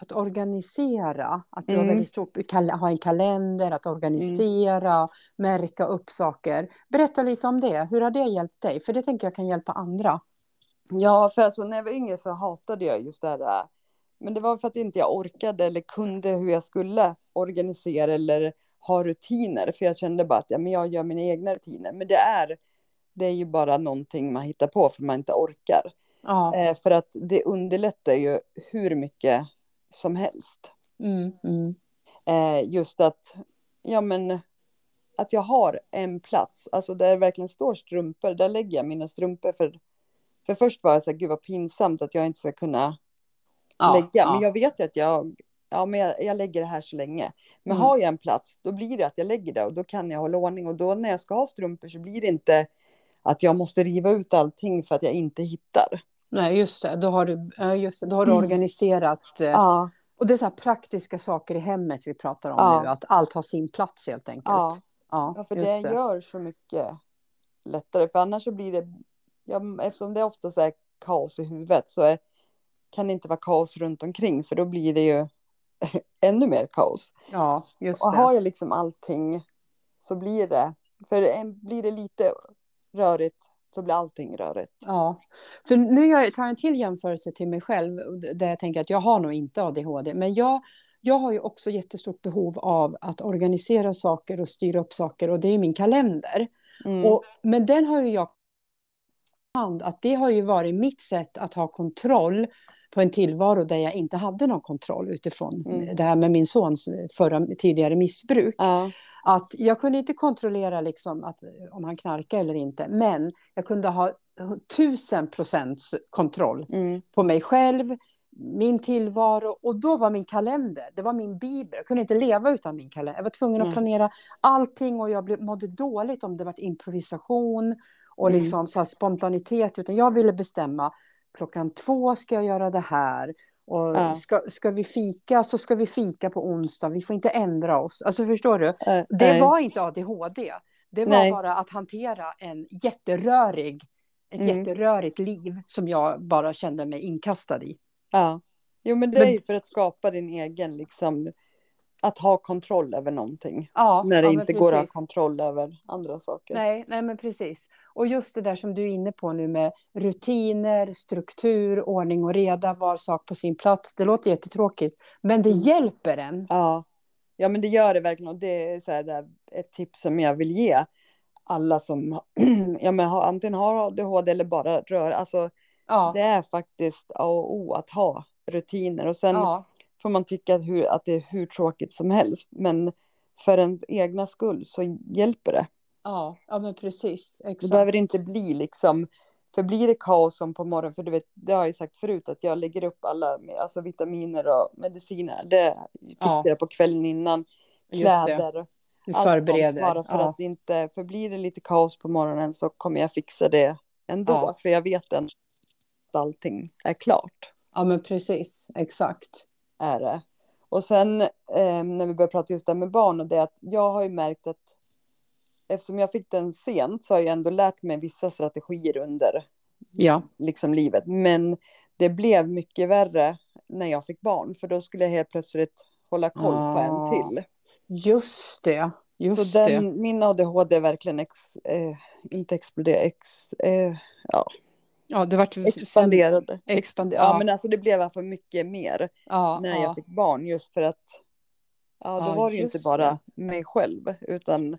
B: att organisera, att du har
A: Mm.
B: väldigt stort, kal- ha en kalender, att organisera, märka upp saker. Berätta lite om det, hur har det hjälpt dig? För det tänker jag kan hjälpa andra.
A: Ja, för alltså, när jag var yngre så hatade jag just det här. äh, Men det var för att inte jag orkade eller kunde hur jag skulle organisera eller ha rutiner, för jag kände bara att ja, men jag gör mina egna rutiner. Men det är, det är ju bara någonting man hittar på för man inte orkar.
B: Ja.
A: Eh, för att det underlättar ju hur mycket som helst.
B: Mm, mm.
A: Eh, just att, ja men, att jag har en plats, alltså där det verkligen står strumpor, där lägger jag mina strumpor. För, för först var jag så här, gud vad pinsamt att jag inte ska kunna
B: Ja,
A: lägga,
B: ja.
A: men jag vet ju att jag, ja men jag, jag lägger det här så länge. Men
B: Mm.
A: har jag en plats, då blir det att jag lägger det och då kan jag hålla ordning. Och då när jag ska ha strumpor så blir det inte att jag måste riva ut allting för att jag inte hittar.
B: Nej, just det. Då har du, ja, just det. Då har du
A: Mm.
B: organiserat. eh,
A: Ja,
B: Och det är så här praktiska saker i hemmet vi pratar om
A: Ja.
B: nu. Att allt har sin plats helt enkelt.
A: ja.
B: ja,
A: Ja, för
B: just
A: det, gör så mycket lättare. För annars så blir det, ja, eftersom det oftast är kaos i huvudet så är, kan det inte vara kaos runt omkring för då blir det ju ännu mer kaos.
B: Ja, just
A: Och
B: det.
A: har jag liksom allting så blir det, för en- blir det lite rörigt så blir allting rörigt.
B: Ja, för nu gör jag- tar jag en till jämförelse till mig själv och d- där jag tänker att jag har nog inte ADHD, men jag, jag har ju också jättestort behov av att organisera saker och styra upp saker och det är min kalender.
A: Mm.
B: Och, men den har ju jag hand att det har ju varit mitt sätt att ha kontroll på en tillvaro där jag inte hade någon kontroll utifrån
A: Mm.
B: det här med min sons förra, tidigare missbruk.
A: ja,
B: Att jag kunde inte kontrollera liksom att, om han knarkade eller inte, men jag kunde ha tusen procents kontroll
A: mm,
B: på mig själv, min tillvaro och då var min kalender, det var min bibel. Jag kunde inte leva utan min kalender. Jag var tvungen att
A: Nej.
B: planera allting och jag blev, mådde dåligt om det var improvisation och
A: Mm.
B: liksom så här spontanitet, utan jag ville bestämma klockan två ska jag göra det här. Och
A: Ja.
B: ska, ska vi fika så ska vi fika på onsdag, vi får inte ändra oss. Alltså förstår du?
A: eh,
B: Det
A: nej.
B: var inte ADHD. Det var
A: Nej.
B: bara att hantera en jätterörig, ett
A: Mm.
B: jätterörigt liv som jag bara kände mig inkastad i.
A: Ja. Jo men det
B: Men-
A: är ju för att skapa din egen liksom, att ha kontroll över någonting.
B: Ja,
A: när det
B: ja, men
A: inte går att ha
B: precis.
A: kontroll över andra saker.
B: Nej, nej, men precis. Och just det där som du är inne på nu med rutiner, struktur, ordning och reda, var sak på sin plats. Det låter jättetråkigt, men
A: Mm.
B: det hjälper en.
A: Ja. ja, men det gör det verkligen. Och det är så här där, ett tips som jag vill ge alla som ja, men har, antingen har ADHD eller bara rör. Alltså,
B: Ja,
A: Det är faktiskt A och O att ha rutiner. Och sen
B: ja,
A: får man tycka att, hur, att det är hur tråkigt som helst. Men för ens egna skull så hjälper det.
B: ja, ja, men precis.
A: Det
B: Exakt.
A: behöver inte bli liksom, för blir det kaos som på morgonen, för du vet, det har jag ju sagt förut att jag lägger upp alla med- alltså vitaminer och mediciner, det fixar
B: Ja.
A: jag på kvällen innan,
B: Just det.
A: kläder,
B: Du
A: allt
B: förbereder.
A: sånt, bara för
B: ja.
A: att inte, för blir det lite kaos på morgonen så kommer jag fixa det ändå,
B: Ja.
A: för jag vet ändå att allting är klart.
B: ja, men precis. Exakt.
A: Är det. Och sen eh, när vi börjar prata just det här med barn och det att jag har ju märkt att eftersom jag fick den sent så har jag ändå lärt mig vissa strategier under
B: Ja,
A: liksom livet. Men det blev mycket värre när jag fick barn, för då skulle jag helt plötsligt hålla koll på
B: Ah,
A: en till.
B: just det. Just
A: Så
B: det.
A: den, min ADHD verkligen ex, eh, inte exploderade, ex, eh,
B: Ja, det vart sen-
A: expanderade.
B: Expand-
A: Ja,
B: ja,
A: men alltså det blev för mycket mer
B: ja,
A: när
B: ja.
A: jag fick barn, just för att ja, då
B: Ja,
A: var det ju inte
B: just
A: bara mig själv, utan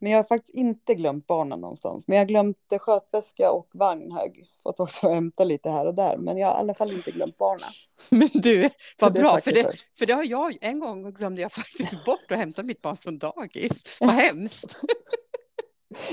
A: men jag har faktiskt inte glömt barnen någonstans. Men jag har glömt skötväska och vagn. Har jag fått också hämta lite här och där. Men jag har i alla fall inte glömt barnen.
B: Men du, vad
A: Det är
B: bra, för
A: faktiskt
B: det,
A: så.
B: för det har jag, en gång glömde jag faktiskt bort att hämta mitt barn från dagis. Vad hemskt.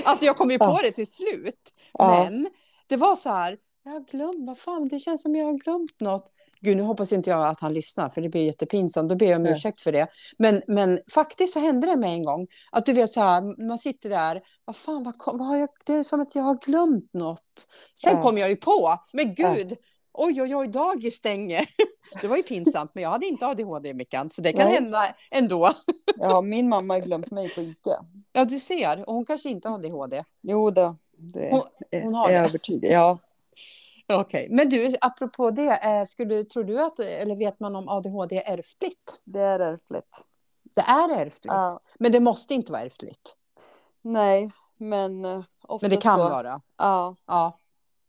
B: Alltså jag kom ju på
A: Ja.
B: det till slut,
A: Ja.
B: men det var så här, jag har glömt, vad fan, det känns som jag har glömt något. Gud, nu hoppas inte jag att han lyssnar, för det blir jättepinsamt, då ber jag om
A: Ja.
B: ursäkt för det. Men, men faktiskt så hände det mig en gång, att du vet så här, man sitter där, vad fan, vad, kom- vad har jag, det är som att jag har glömt något. Sen
A: Ja.
B: kom jag ju på, men gud, oj, oj, oj, dagis stänger. Det var ju pinsamt, men jag hade inte ADHD, Mickan, så det kan
A: Nej.
B: hända ändå.
A: Ja, min mamma har glömt mig på Ica.
B: Ja, du ser, och hon kanske inte har ADHD.
A: Jo då, det
B: Hon-
A: är-
B: hon
A: är
B: har det.
A: jag övertygad Ja,
B: Okej, men du, apropå det, eh, skulle, tror du att, eller vet man om ADHD är ärftligt?
A: det är ärftligt.
B: Det är ärftligt,
A: Ja.
B: men det måste inte vara ärftligt.
A: Nej, men eh, ofta
B: Men det kan
A: så.
B: vara.
A: Ja,
B: Ja,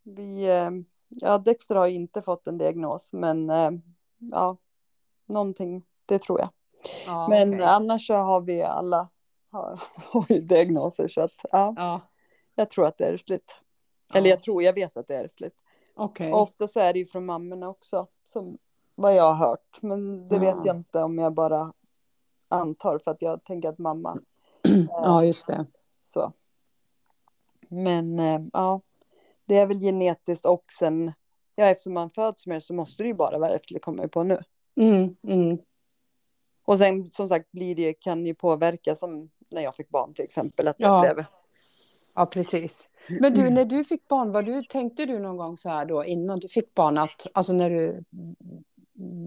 A: vi, eh, ja, Dexter har ju inte fått en diagnos, men eh, ja, någonting, det tror jag.
B: Ja,
A: Men
B: okej.
A: annars så har vi alla har, har ju diagnoser så att ja,
B: Ja,
A: jag tror att det är ärftligt.
B: Ja.
A: Eller jag tror, jag vet att det är ärftligt.
B: okej.
A: Ofta så är det ju från mammorna också, som vad jag har hört. Men det vet
B: Ja.
A: jag inte om jag bara antar, för att jag tänker att mamma
B: Ja, just det.
A: så. Men eh, ja, det är väl genetiskt och sen, ja eftersom man föds med det så måste det ju bara vara ärftligt, kommer jag på nu.
B: Mm, mm.
A: Och sen som sagt blir det, kan ju påverka som när jag fick barn till exempel, att
B: Ja.
A: jag blev
B: Ja, precis. Men
A: Mm.
B: du, när du fick barn, var du, tänkte du någon gång så här då innan du fick barn, att, alltså när du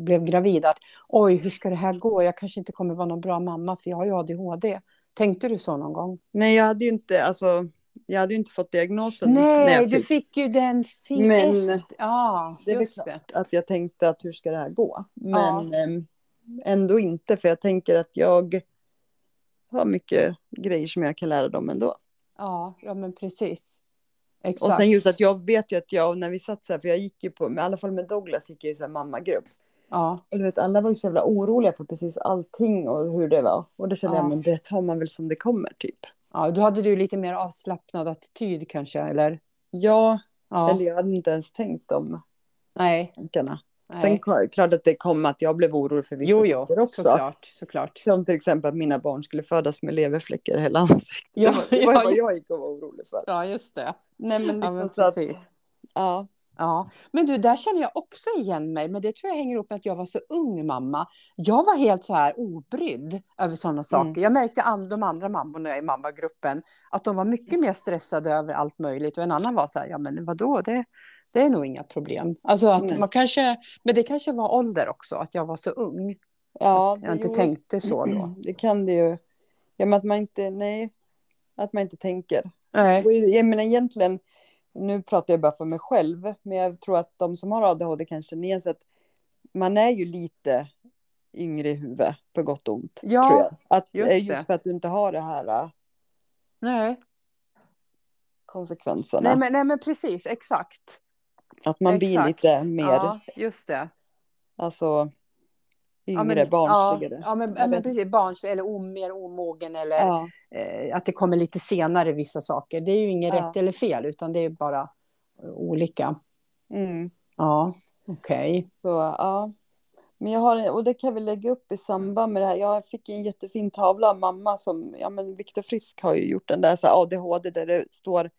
B: blev gravid, att oj, hur ska det här gå? Jag kanske inte kommer vara någon bra mamma, för jag har ju ADHD. Tänkte du så någon gång?
A: Nej, jag hade ju inte, alltså, jag hade ju inte fått diagnosen. när
B: Nej,
A: jag
B: du
A: fick
B: fick ju den si
A: Men-
B: efter. Ja,
A: Det är väl
B: just
A: klart.
B: det.
A: Att jag tänkte att hur ska det här gå? Men ehm, ändå inte, för jag tänker att jag har mycket grejer som jag kan lära dem ändå.
B: Ja, ja men precis.
A: Och
B: Exakt.
A: sen just att jag vet ju att jag, när vi satt så här, för jag gick ju på, i alla fall med Douglas gick jag ju så här mammagrupp.
B: Ja,
A: Och du vet, alla var ju så jävla oroliga för precis allting och hur det var. Och då kände
B: Ja.
A: jag, men det tar man väl som det kommer typ.
B: ja, då hade du lite mer avslappnad attityd kanske, eller?
A: Ja,
B: Ja,
A: eller jag hade inte ens tänkt de
B: nej.
A: tankarna. Sen
B: nej.
A: ko- klart att det kom att jag blev orolig för vissa
B: Jo, jo,
A: saker också.
B: såklart. såklart.
A: Som till exempel att mina barn skulle födas med leverfläckar i hela ansiktet.
B: Ja,
A: det var, det var
B: ja,
A: vad
B: ja.
A: jag gick och var orolig för.
B: Ja, just det.
A: Nej men
B: Ja,
A: liksom
B: men
A: så att,
B: precis.
A: ja.
B: Ja, men du, där känner jag också igen mig, men det tror jag hänger ihop med att jag var så ung mamma. Jag var helt så här obrydd över sådana
A: Mm.
B: saker. Jag märkte an, de andra mammorna i mammagruppen att de var mycket mer stressade över allt möjligt och en annan var så här, ja men vadå, det, det är nog inga problem. Alltså att
A: Nej.
B: man kanske, men det kanske var ålder också, att jag var så ung.
A: ja
B: Jag inte
A: jo,
B: tänkte så då.
A: Det kan det ju. Ja men att man inte, nej. Att man inte tänker.
B: Nej,
A: Och jag menar egentligen, nu pratar jag bara för mig själv, men jag tror att de som har ADHD kanske igen så att man är ju lite yngre i huvudet på gott och ont.
B: Ja,
A: tror jag. Att, eh,
B: just
A: just,
B: det.
A: just för att du inte har det här äh,
B: nej.
A: konsekvenserna.
B: Nej, men, nej, men precis, exakt.
A: Att man blir
B: exakt.
A: lite mer
B: Ja, just det.
A: alltså yngre,
B: Ja, men-
A: barnsligare.
B: Ja, ja men, ja,
A: Jag
B: men
A: vet
B: precis. Barns, eller o, mer omogen eller
A: Ja,
B: eh, att det kommer lite senare vissa saker. Det är ju inget
A: Ja.
B: rätt eller fel utan det är bara eh, olika.
A: mm,
B: Ja, okej.
A: så, ja. Men jag har, och det kan vi lägga upp i samband med det här. Jag fick en jättefin tavla av mamma som, ja men Viktor Frisk har ju gjort den där så här ADHD där det står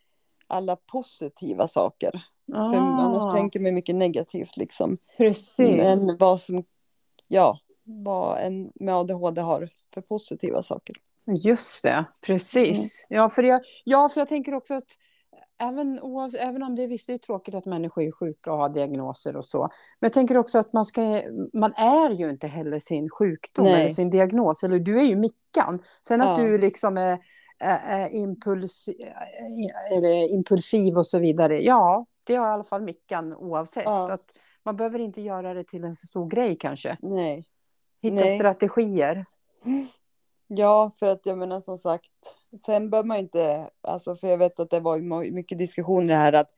A: alla positiva saker. För annars
B: Ah,
A: tänker man mycket negativt liksom.
B: precis.
A: Men vad som, ja, vad en med ADHD har för positiva saker.
B: Just det, precis.
A: Mm.
B: Ja, för jag, ja, för jag tänker också att även, oavs- även om det är visst det är tråkigt att människor är sjuka och har diagnoser och så. Men jag tänker också att man, ska, man är ju inte heller sin sjukdom
A: Nej.
B: eller sin diagnos. Eller du är ju Mickan. Sen att
A: Ja.
B: du liksom är, är, är impuls, är, är impulsiv och så vidare. Ja, det har i alla fall Mickan oavsett.
A: Ja.
B: Att man behöver inte göra det till en så stor grej kanske.
A: Nej.
B: Hitta
A: Nej.
B: strategier.
A: Ja, för att jag menar som sagt, sen bör man inte, alltså för jag vet att det var ju mo- mycket diskussioner här att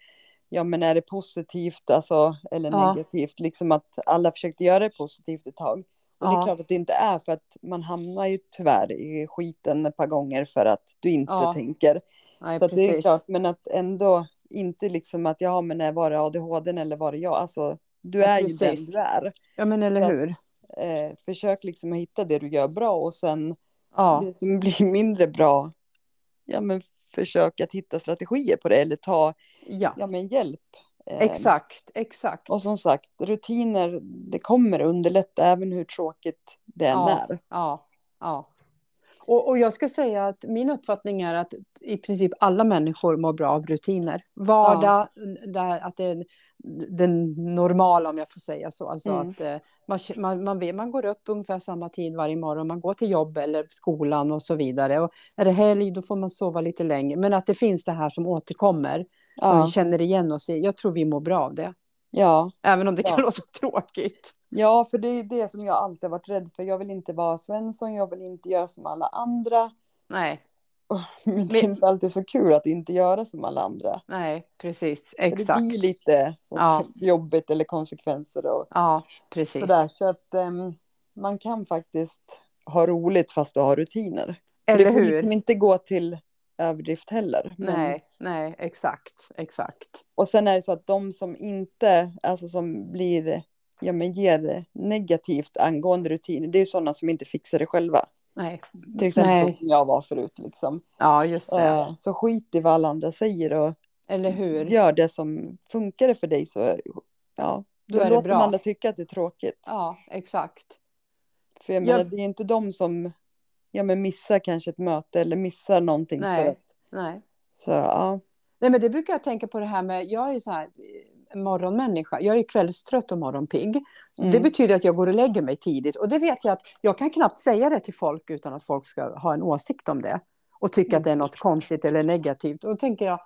A: ja men är det positivt alltså eller
B: Ja.
A: negativt, liksom att alla försökte göra det positivt ett tag. Och det
B: Ja.
A: är klart att det inte är för att man hamnar ju tyvärr i skiten ett par gånger för att du inte
B: Ja,
A: tänker.
B: Nej,
A: Så att det är klart, men att ändå inte liksom att ja men är var det ADHD eller var det jag, alltså du
B: Ja,
A: är ju den
B: precis.
A: du är.
B: Ja, men
A: Så
B: eller
A: att-
B: hur.
A: Eh, försök liksom att hitta det du gör bra och sen
B: Ja.
A: det som blir mindre bra, ja men försök att hitta strategier på det eller ta
B: Ja,
A: ja, men hjälp. Eh,
B: exakt, exakt.
A: Och som sagt, rutiner, det kommer att underlätta även hur tråkigt det än
B: Ja.
A: är.
B: Ja, ja. Och, och jag ska säga att min uppfattning är att i princip alla människor mår bra av rutiner. Vardag, där, att det är den normala om jag får säga så. Alltså
A: Mm.
B: att eh, man, man, man, vet, man går upp ungefär samma tid varje morgon, man går till jobb eller skolan och så vidare. Och är det helg då får man sova lite längre. Men att det finns det här som återkommer, som vi
A: Ja,
B: känner igen oss i. Jag tror vi mår bra av det,
A: ja.
B: även om det kan
A: Ja.
B: låta tråkigt.
A: ja, för det är det som jag alltid har varit rädd för. Jag vill inte vara Svensson, jag vill inte göra som alla andra.
B: Nej,
A: Men det är
B: Men-
A: inte alltid så kul att inte göra som alla andra.
B: nej, precis,
A: För Det
B: exakt.
A: blir ju lite som
B: Ja.
A: sagt jobbigt eller konsekvenser och
B: Ja, precis.
A: Sådär, så att ehm, man kan faktiskt ha roligt fast du har rutiner. För
B: Eller
A: det får
B: hur?
A: liksom inte gå till överdrift heller. Men-
B: Nej, nej, exakt, exakt.
A: Och sen är det så att de som inte, alltså som blir, ja men ger negativt angående rutiner, det är ju sådana som inte fixar det själva.
B: Nej.
A: Till exempel
B: Nej.
A: så som jag var förut liksom.
B: Ja, just det.
A: Eh, Så skit i vad alla andra säger och
B: Eller hur?
A: gör det som funkar för dig så, ja.
B: Då
A: Då,
B: är det
A: låter
B: bra.
A: de andra tycka att det är tråkigt.
B: Ja, exakt.
A: För jag
B: Ja.
A: menar, det är ju inte de som ja, men missar kanske ett möte eller missar någonting.
B: Nej.
A: För att,
B: Nej.
A: så ja,
B: Nej, men det brukar jag tänka på det här med, jag är ju så här eh, morgonmänniska, jag är ju kvällstrött och morgonpigg. Så
A: Mm.
B: Det betyder att jag går och lägger mig tidigt och det vet jag att jag kan knappt säga det till folk utan att folk ska ha en åsikt om det och tycka att det är något konstigt eller negativt. Och då tänker jag,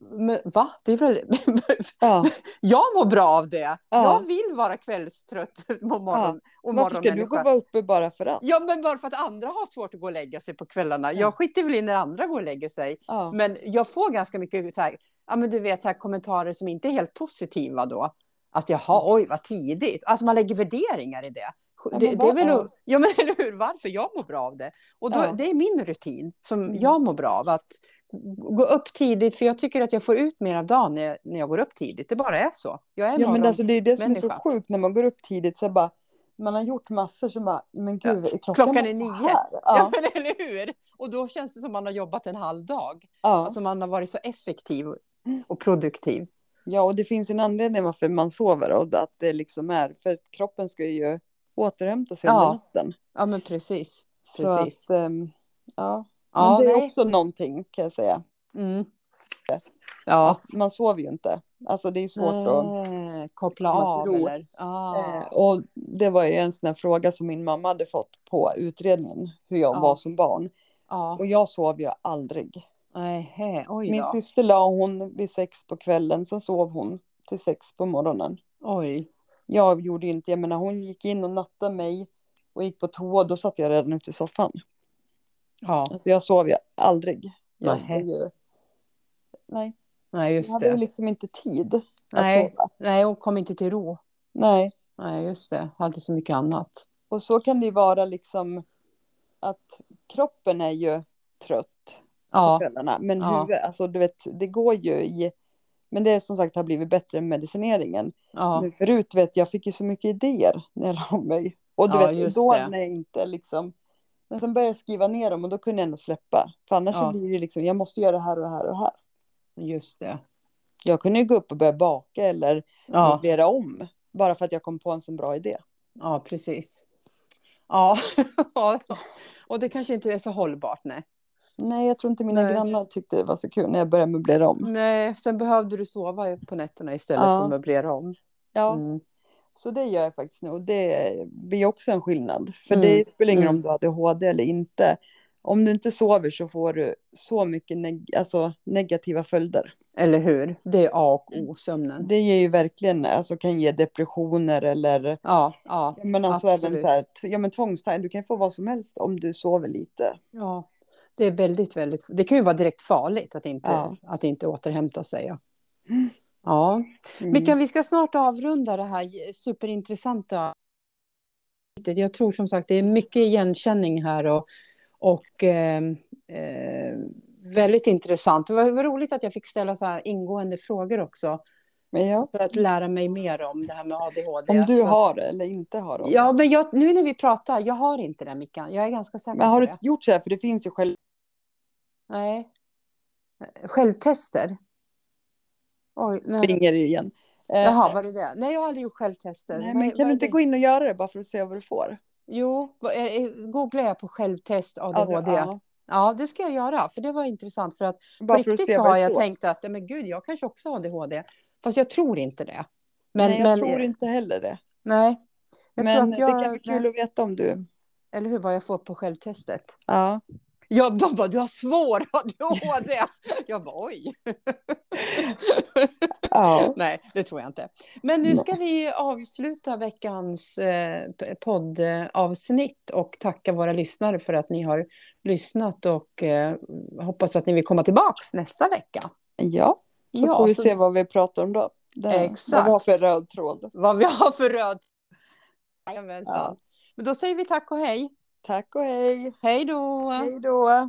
B: men, va? Det är väl...
A: ja.
B: jag mår bra av det. Jag
A: Ja.
B: vill vara kvällstrött och, morgon, och
A: Varför ska du gå
B: morgonmänniska.
A: och vara uppe bara för att?
B: Ja, men bara för att andra har svårt att gå och lägga sig på kvällarna.
A: Ja.
B: Jag skiter väl i när andra går och lägger sig.
A: Ja.
B: Men jag får ganska mycket så här, ja, men du vet, så här, kommentarer som inte är helt positiva då. Att jaha, oj vad tidigt. Alltså man lägger värderingar i det.
A: men
B: det, det är
A: vad-
B: väl,
A: Mm. ja.
B: ja men eller hur, varför jag mår bra av det. Och då,
A: Ja.
B: det är min rutin som
A: Mm.
B: jag mår bra av. Att gå upp tidigt, för jag tycker att jag får ut mer av dagen när, när jag går upp tidigt. Det bara är så. Jag är
A: Ja men
B: morgon-
A: alltså det är det som är
B: människa.
A: så sjukt när man går upp tidigt så bara man har gjort massor som bara, men gud, klockan,
B: klockan är
A: så
B: nio.
A: här.
B: ja.
A: Ja,
B: men eller hur. Och då känns det som man har jobbat en halv dag.
A: ja.
B: Alltså man har varit så effektiv och produktiv.
A: ja, och det finns ju en anledning varför man sover och att det liksom är, för kroppen ska ju återhämta sig
B: Ja,
A: under natten.
B: Ja men precis.
A: Så att,
B: precis.
A: ehm, ja. Men
B: Ja,
A: det är
B: nej.
A: också någonting kan jag säga.
B: Mm. Ja.
A: Att man sover ju inte. Alltså det är svårt att...
B: Eh, koppla
A: man
B: av
A: tror.
B: eller? Ah.
A: Eh, Och det var ju en sån här fråga som min mamma hade fått på utredningen, hur jag
B: Ja.
A: var som barn.
B: Ja.
A: Och jag sov ju aldrig.
B: Nähä, oj
A: Min
B: då.
A: syster la hon vid sex på kvällen, sen sov hon till sex på morgonen.
B: Oj.
A: Jag gjorde ju inte, jag menar hon gick in och nattade mig och gick på toa, då satt jag redan ute i soffan.
B: Ja.
A: Alltså jag sov ju aldrig. Jag
B: Nähä.
A: var ju... Nej,
B: Nej,
A: jag
B: just
A: hade ju
B: det.
A: liksom inte tid att
B: Nej.
A: sova.
B: Nej, hon kom inte till ro.
A: Nej,
B: Nej, just det. Hade så mycket annat.
A: och så kan det ju vara liksom att kroppen är ju trött. på
B: Ja,
A: kvällarna. Men
B: Ja.
A: huvud, alltså du vet, det går ju i... Men det är som sagt har blivit bättre med medicineringen.
B: ja,
A: Men förut vet jag, fick ju så mycket idéer när jag la mig. Och du
B: Ja,
A: vet,
B: just
A: då
B: det.
A: när jag inte liksom... Men sen började jag skriva ner dem och då kunde jag ändå släppa. För annars
B: Ja.
A: så blir det liksom, jag måste göra det här och det här och det här.
B: just det.
A: Jag kunde ju gå upp och börja baka eller
B: Ja,
A: möblera om. Bara för att jag kom på en så bra idé.
B: ja precis. Ja, och det kanske inte är så hållbart. Nej.
A: Nej, jag tror inte mina
B: Nej.
A: grannar tyckte det var så kul när jag började möblera om.
B: nej, sen behövde du sova på nätterna istället
A: Ja.
B: för att möblera om.
A: Ja,
B: Mm.
A: Så det gör jag faktiskt nu och det blir också en skillnad. För
B: Mm.
A: det spelar ingen roll
B: Mm.
A: om du har ADHD eller inte. Om du inte sover så får du så mycket neg- alltså negativa följder.
B: Eller hur? Det är A och O, sömnen.
A: Mm. Det ger ju verkligen, alltså kan ge depressioner eller
B: Ja, ja.
A: jag menar, alltså även
B: Absolut.
A: så här, t- ja men tvångstankar, du kan få vad som helst om du sover lite.
B: Ja, det är väldigt, väldigt... Det kan ju vara direkt farligt att inte,
A: Ja.
B: att inte återhämta sig. Ja.
A: Mm.
B: ja.
A: Mm.
B: Mickan, vi ska snart avrunda det här superintressanta. Jag tror som sagt det är mycket igenkänning här och, och eh, eh, väldigt intressant. Det var, det var roligt att jag fick ställa så här ingående frågor också
A: Men ja,
B: för att lära mig mer om det här med ADHD.
A: om du
B: Så att-
A: har det eller inte har det.
B: Ja, men jag, nu när vi pratar, jag har inte det Mickan. Jag är ganska säker
A: men har
B: på
A: du
B: det.
A: gjort så här, för det finns ju själv...
B: Nej. Självtester? Oj, nej.
A: ringer igen. Eh,
B: Jaha, var det det? Nej, jag har aldrig gjort självtester.
A: nej,
B: Vad-
A: men
B: vad
A: kan
B: är
A: du inte
B: det?
A: gå in och göra det bara för att se vad du får?
B: Jo, vad- eh, eh, googlar jag på självtest
A: Ja, det-
B: ADHD? Ja,
A: ja.
B: det ska jag göra, för det var intressant. För att på
A: Bara för att
B: riktigt
A: se
B: så
A: vad
B: har
A: det
B: jag
A: står.
B: tänkt att, ja, men gud, jag kanske också har ADHD. Fast jag tror inte det. Men,
A: nej, jag
B: men,
A: tror inte heller det.
B: Nej. Jag
A: men
B: tror att
A: det kan
B: jag...
A: bli kul att veta om du...
B: Eller hur, vad jag får på självtestet.
A: Ja.
B: Ja, de bara, du har svår ADHD. Jag bara, oj.
A: ja.
B: Nej, det tror jag inte. Men nu ska vi avsluta veckans eh, p- poddavsnitt och tacka våra lyssnare för att ni har lyssnat och eh, hoppas att ni vill komma tillbaks nästa vecka.
A: ja. Så får vi
B: så-
A: se vad vi pratar om då. Det, Vad vi har
B: Exakt.
A: för röd tråd.
B: vad vi har för röd... Jajamensan.
A: Ja.
B: Men då säger vi tack och hej. Tack och hej.
A: Hej då!
B: Hej då.